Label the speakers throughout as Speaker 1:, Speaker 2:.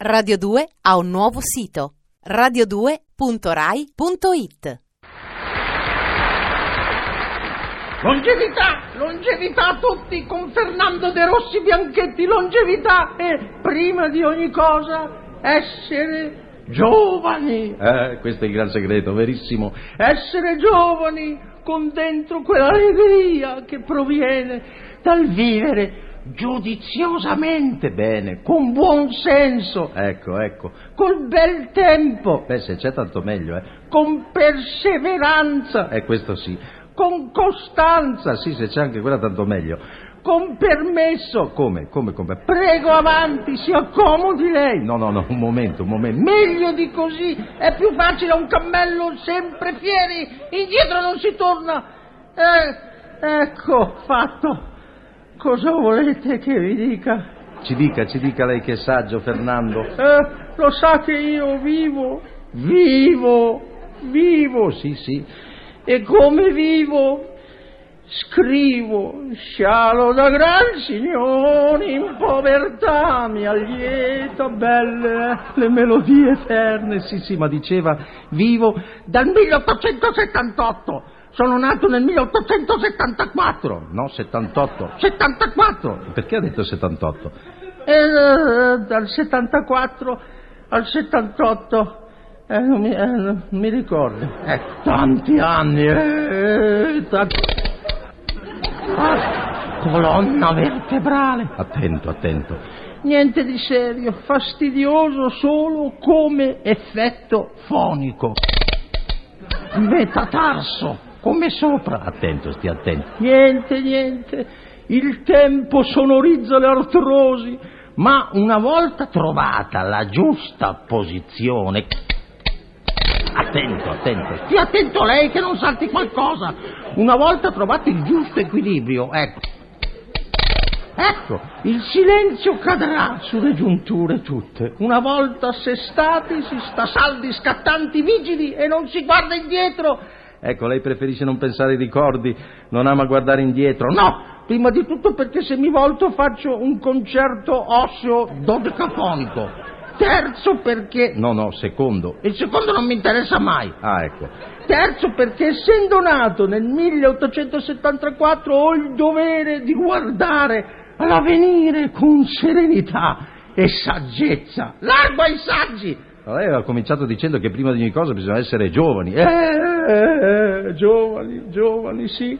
Speaker 1: Radio 2 ha un nuovo sito radio2.rai.it
Speaker 2: Longevità, longevità a tutti con Fernando De Rossi Bianchetti, longevità e prima di ogni cosa essere giovani,
Speaker 3: Eh, questo è il gran segreto, verissimo.
Speaker 2: essere giovani con dentro quell'allegria che proviene dal vivere giudiziosamente,
Speaker 3: Niente bene.
Speaker 2: con buon senso,
Speaker 3: Ecco, ecco.
Speaker 2: col bel tempo,
Speaker 3: Beh, se c'è tanto meglio, eh.
Speaker 2: con perseveranza,
Speaker 3: Eh, questo sì.
Speaker 2: con costanza,
Speaker 3: Ah, sì, se c'è anche quella tanto meglio.
Speaker 2: con permesso.
Speaker 3: Come, come, come?
Speaker 2: Prego avanti, si accomodi lei.
Speaker 3: No, no, no, un momento, un momento.
Speaker 2: Meglio di così, è più facile un cammello sempre fieri, indietro non si torna. Eh, ecco, fatto. Cosa volete che vi dica?
Speaker 3: Ci dica, ci dica lei che è saggio, Fernando.
Speaker 2: Eh, lo sa che io vivo, vivo, vivo,
Speaker 3: Oh, sì, sì.
Speaker 2: e come vivo scrivo, scialo da gran signori, in povertà mi allieta, belle eh, le melodie eterne,
Speaker 3: Sì, sì, ma diceva vivo.
Speaker 2: dal 1878. Sono nato nel 1874.
Speaker 3: No, 78.
Speaker 2: 74.
Speaker 3: Perché ha detto 78?
Speaker 2: E, eh, dal 74 al 78. Eh, non, mi, eh, non mi ricordo. Eh, tanti anni. Eh, tanti... Ah, colonna vertebrale.
Speaker 3: Attento, attento.
Speaker 2: Niente di serio, fastidioso solo come effetto fonico. Metatarso, come sopra.
Speaker 3: Attento, stia attento.
Speaker 2: Niente, niente. Il tempo sonorizza le artrosi, ma una volta
Speaker 3: Trovata la giusta posizione. Attento, attento.
Speaker 2: stia attento lei che non salti qualcosa. Una volta trovato il giusto equilibrio, ecco. Ecco, il silenzio cadrà sulle giunture tutte. Una volta assestati si sta saldi, scattanti, vigili e non si guarda indietro.
Speaker 3: Ecco, lei preferisce non pensare ai ricordi, non ama guardare indietro. No!
Speaker 2: No, prima di tutto perché se mi volto faccio un concerto osseo dodecafonico. Terzo perché...
Speaker 3: No, no, secondo.
Speaker 2: Il secondo non mi interessa mai.
Speaker 3: Ah, ecco.
Speaker 2: Terzo perché essendo nato nel 1874 ho il dovere di guardare all'avvenire con serenità e saggezza. Largo ai saggi!
Speaker 3: Ma Lei aveva cominciato dicendo che prima di ogni cosa bisogna essere giovani.
Speaker 2: Eh,
Speaker 3: Eh,
Speaker 2: eh, eh, giovani, giovani, sì,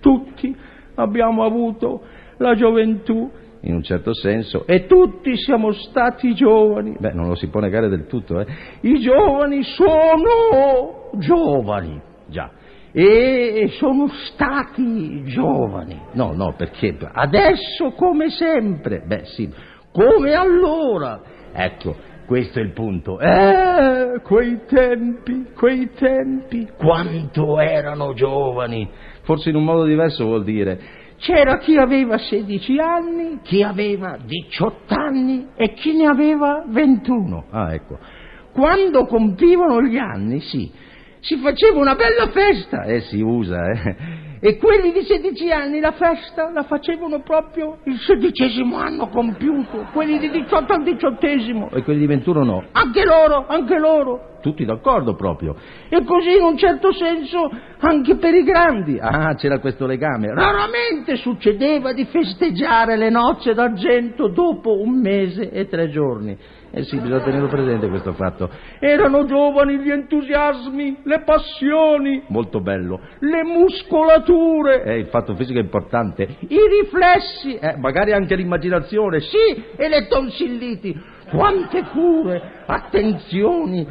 Speaker 2: tutti abbiamo avuto la gioventù
Speaker 3: in un certo senso. E
Speaker 2: e tutti siamo stati giovani.
Speaker 3: beh, non lo si può negare del tutto, eh.
Speaker 2: I giovani sono giovani
Speaker 3: Già.
Speaker 2: e sono stati giovani.
Speaker 3: No, no, perché
Speaker 2: Adesso come sempre,
Speaker 3: sempre, beh, sì.
Speaker 2: come allora.
Speaker 3: Ecco, questo è il punto. Eh,
Speaker 2: Eh, quei tempi, quei tempi.
Speaker 3: quanto erano giovani. Forse in un modo diverso vuol dire.
Speaker 2: C'era chi aveva 16 anni, chi aveva 18 anni e chi ne aveva 21.
Speaker 3: Ah, ecco.
Speaker 2: Quando compivano gli anni, sì, si faceva una bella festa.
Speaker 3: Eh, si usa, eh.
Speaker 2: E quelli di 16 anni la festa la facevano proprio il sedicesimo anno compiuto, quelli di 18 al diciottesimo.
Speaker 3: E quelli di 21 no.
Speaker 2: Anche loro, anche loro.
Speaker 3: Tutti d'accordo proprio.
Speaker 2: E così in un certo senso anche per i grandi.
Speaker 3: Ah, c'era questo legame. Ra-
Speaker 2: Raramente succedeva di festeggiare le nozze d'argento dopo un mese e tre giorni.
Speaker 3: Eh sì, bisogna tenerlo presente questo fatto.
Speaker 2: Erano giovani gli entusiasmi, le passioni,
Speaker 3: Molto bello.
Speaker 2: le muscolature,
Speaker 3: Eh, il fatto fisico è importante.
Speaker 2: i riflessi,
Speaker 3: Eh, magari anche l'immaginazione, sì.
Speaker 2: sì, e le tonsilliti. Quante cure, attenzioni,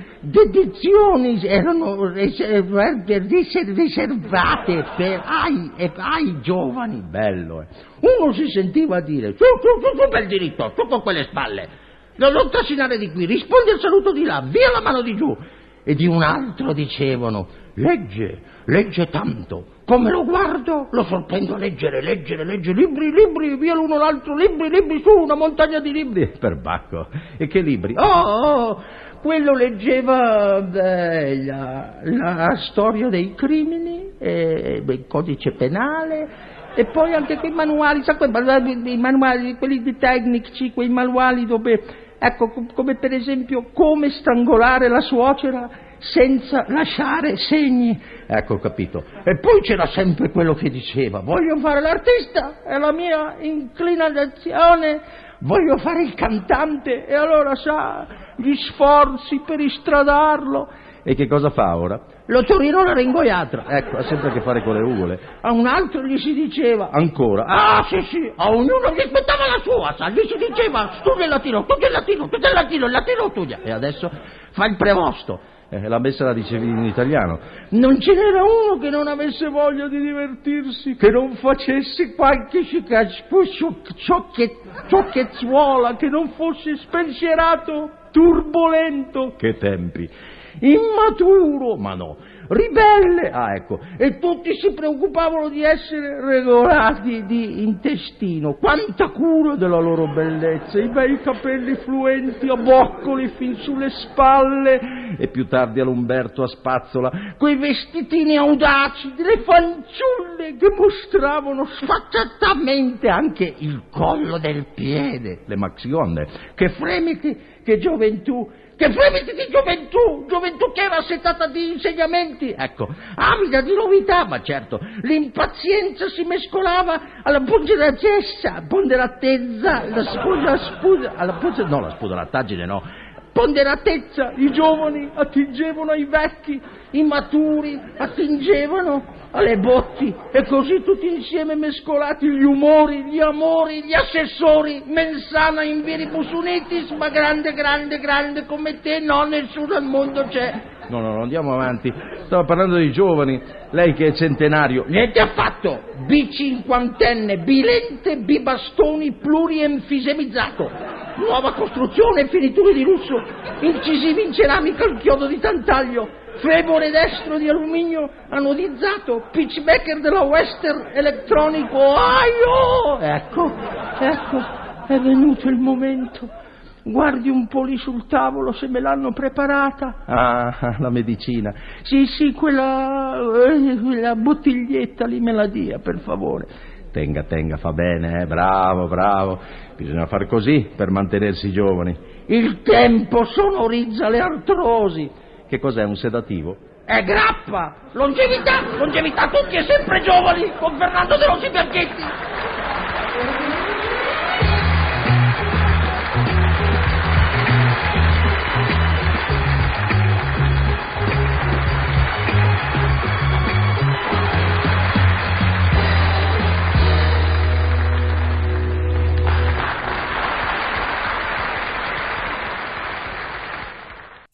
Speaker 2: dedizioni erano riserv- riser- riservate per ai, e ai giovani.
Speaker 3: Bello, eh.
Speaker 2: Uno si sentiva dire, su, su, su, su bel diritto, su con quelle spalle, non non trascinare di qui, rispondi al saluto di là, via la mano di giù. E di un altro dicevano, legge, legge tanto, come lo guardo lo sorprendo a leggere, leggere, leggere, libri, libri, via l'uno l'altro, libri, libri, su, una montagna di libri.
Speaker 3: Eh, Perbacco. E che libri?
Speaker 2: Oh, oh, quello leggeva beh, la, la storia dei crimini, eh, beh, il codice penale e poi anche quei manuali, sa quei manuali, i manuali, quelli di tecnici, quei manuali dove Ecco, com- come per esempio come strangolare la suocera senza lasciare segni. Ecco, ho capito. E poi c'era sempre quello che diceva, voglio fare l'artista, è la mia inclinazione, voglio fare il cantante e allora sa gli sforzi per istradarlo.
Speaker 3: E che cosa fa ora?
Speaker 2: Lo Torino l'ha ringoiata.
Speaker 3: Ecco, ha sempre a che fare con le uvole.
Speaker 2: A un altro gli si diceva,
Speaker 3: Ancora. Ah,
Speaker 2: Ah, sì, sì, a ognuno gli aspettava la sua, sa, gli si diceva studia il latino, studia il latino, studia il latino, il latino studia. E adesso fa il preposto.
Speaker 3: eh, la messa la dicevi in italiano.
Speaker 2: Non ce n'era uno che non avesse voglia di divertirsi, che non facesse qualche sciocca- sciocc- sciocche- sciocchezzuola, che non fosse spensierato, turbolento,
Speaker 3: Che tempi. Oh,
Speaker 2: immaturo, ma no, ribelle, ah ecco, e tutti si preoccupavano di essere
Speaker 3: Ah,
Speaker 2: regolati di intestino, quanta cura della loro bellezza, i bei capelli fluenti a boccoli fin sulle spalle,
Speaker 3: E più tardi all'Umberto a Spazzola.
Speaker 2: quei vestitini audaci delle fanciulle che mostravano sfacciatamente anche il collo del piede.
Speaker 3: Le maxigonne.
Speaker 2: Che fremiti, che gioventù, che fremiti di gioventù, gioventù che era settata di insegnamenti, ecco, avida di novità, ma certo, l'impazienza si mescolava alla ponderatezza, ponderatezza, la scusa, scusa, alla ponde- no, la spudalattaggine no, ponderatezza, i giovani attingevano ai vecchi, i maturi attingevano alle botti e così tutti insieme mescolati gli umori, gli amori, gli assessori, mensana in viribus unitis, ma grande, grande, grande come te no, nessuno al mondo c'è.
Speaker 3: No, no, no, andiamo avanti. Stavo parlando di giovani. Lei che è centenario.
Speaker 2: Niente affatto, bicinquantenne, bilente, bibastoni, plurienfisemizzato, nuova costruzione e finiture di lusso, incisivi in ceramica al chiodo di tantaglio, femore destro di alluminio anodizzato, pitchmaker della Western Electronic Ohio. Ecco, ecco, è venuto il momento. Guardi un po' lì sul tavolo se me l'hanno preparata.
Speaker 3: Ah, la medicina.
Speaker 2: Sì, sì, quella, eh, quella bottiglietta lì me la dia, per favore.
Speaker 3: Tenga, tenga, fa bene, eh? bravo, bravo. Bisogna far così per mantenersi giovani.
Speaker 2: Il tempo sonorizza le artrosi.
Speaker 3: Che cos'è, un sedativo?
Speaker 2: È grappa, longevità, longevità, tutti e sempre giovani, con Fernando De Rossi Berghetti.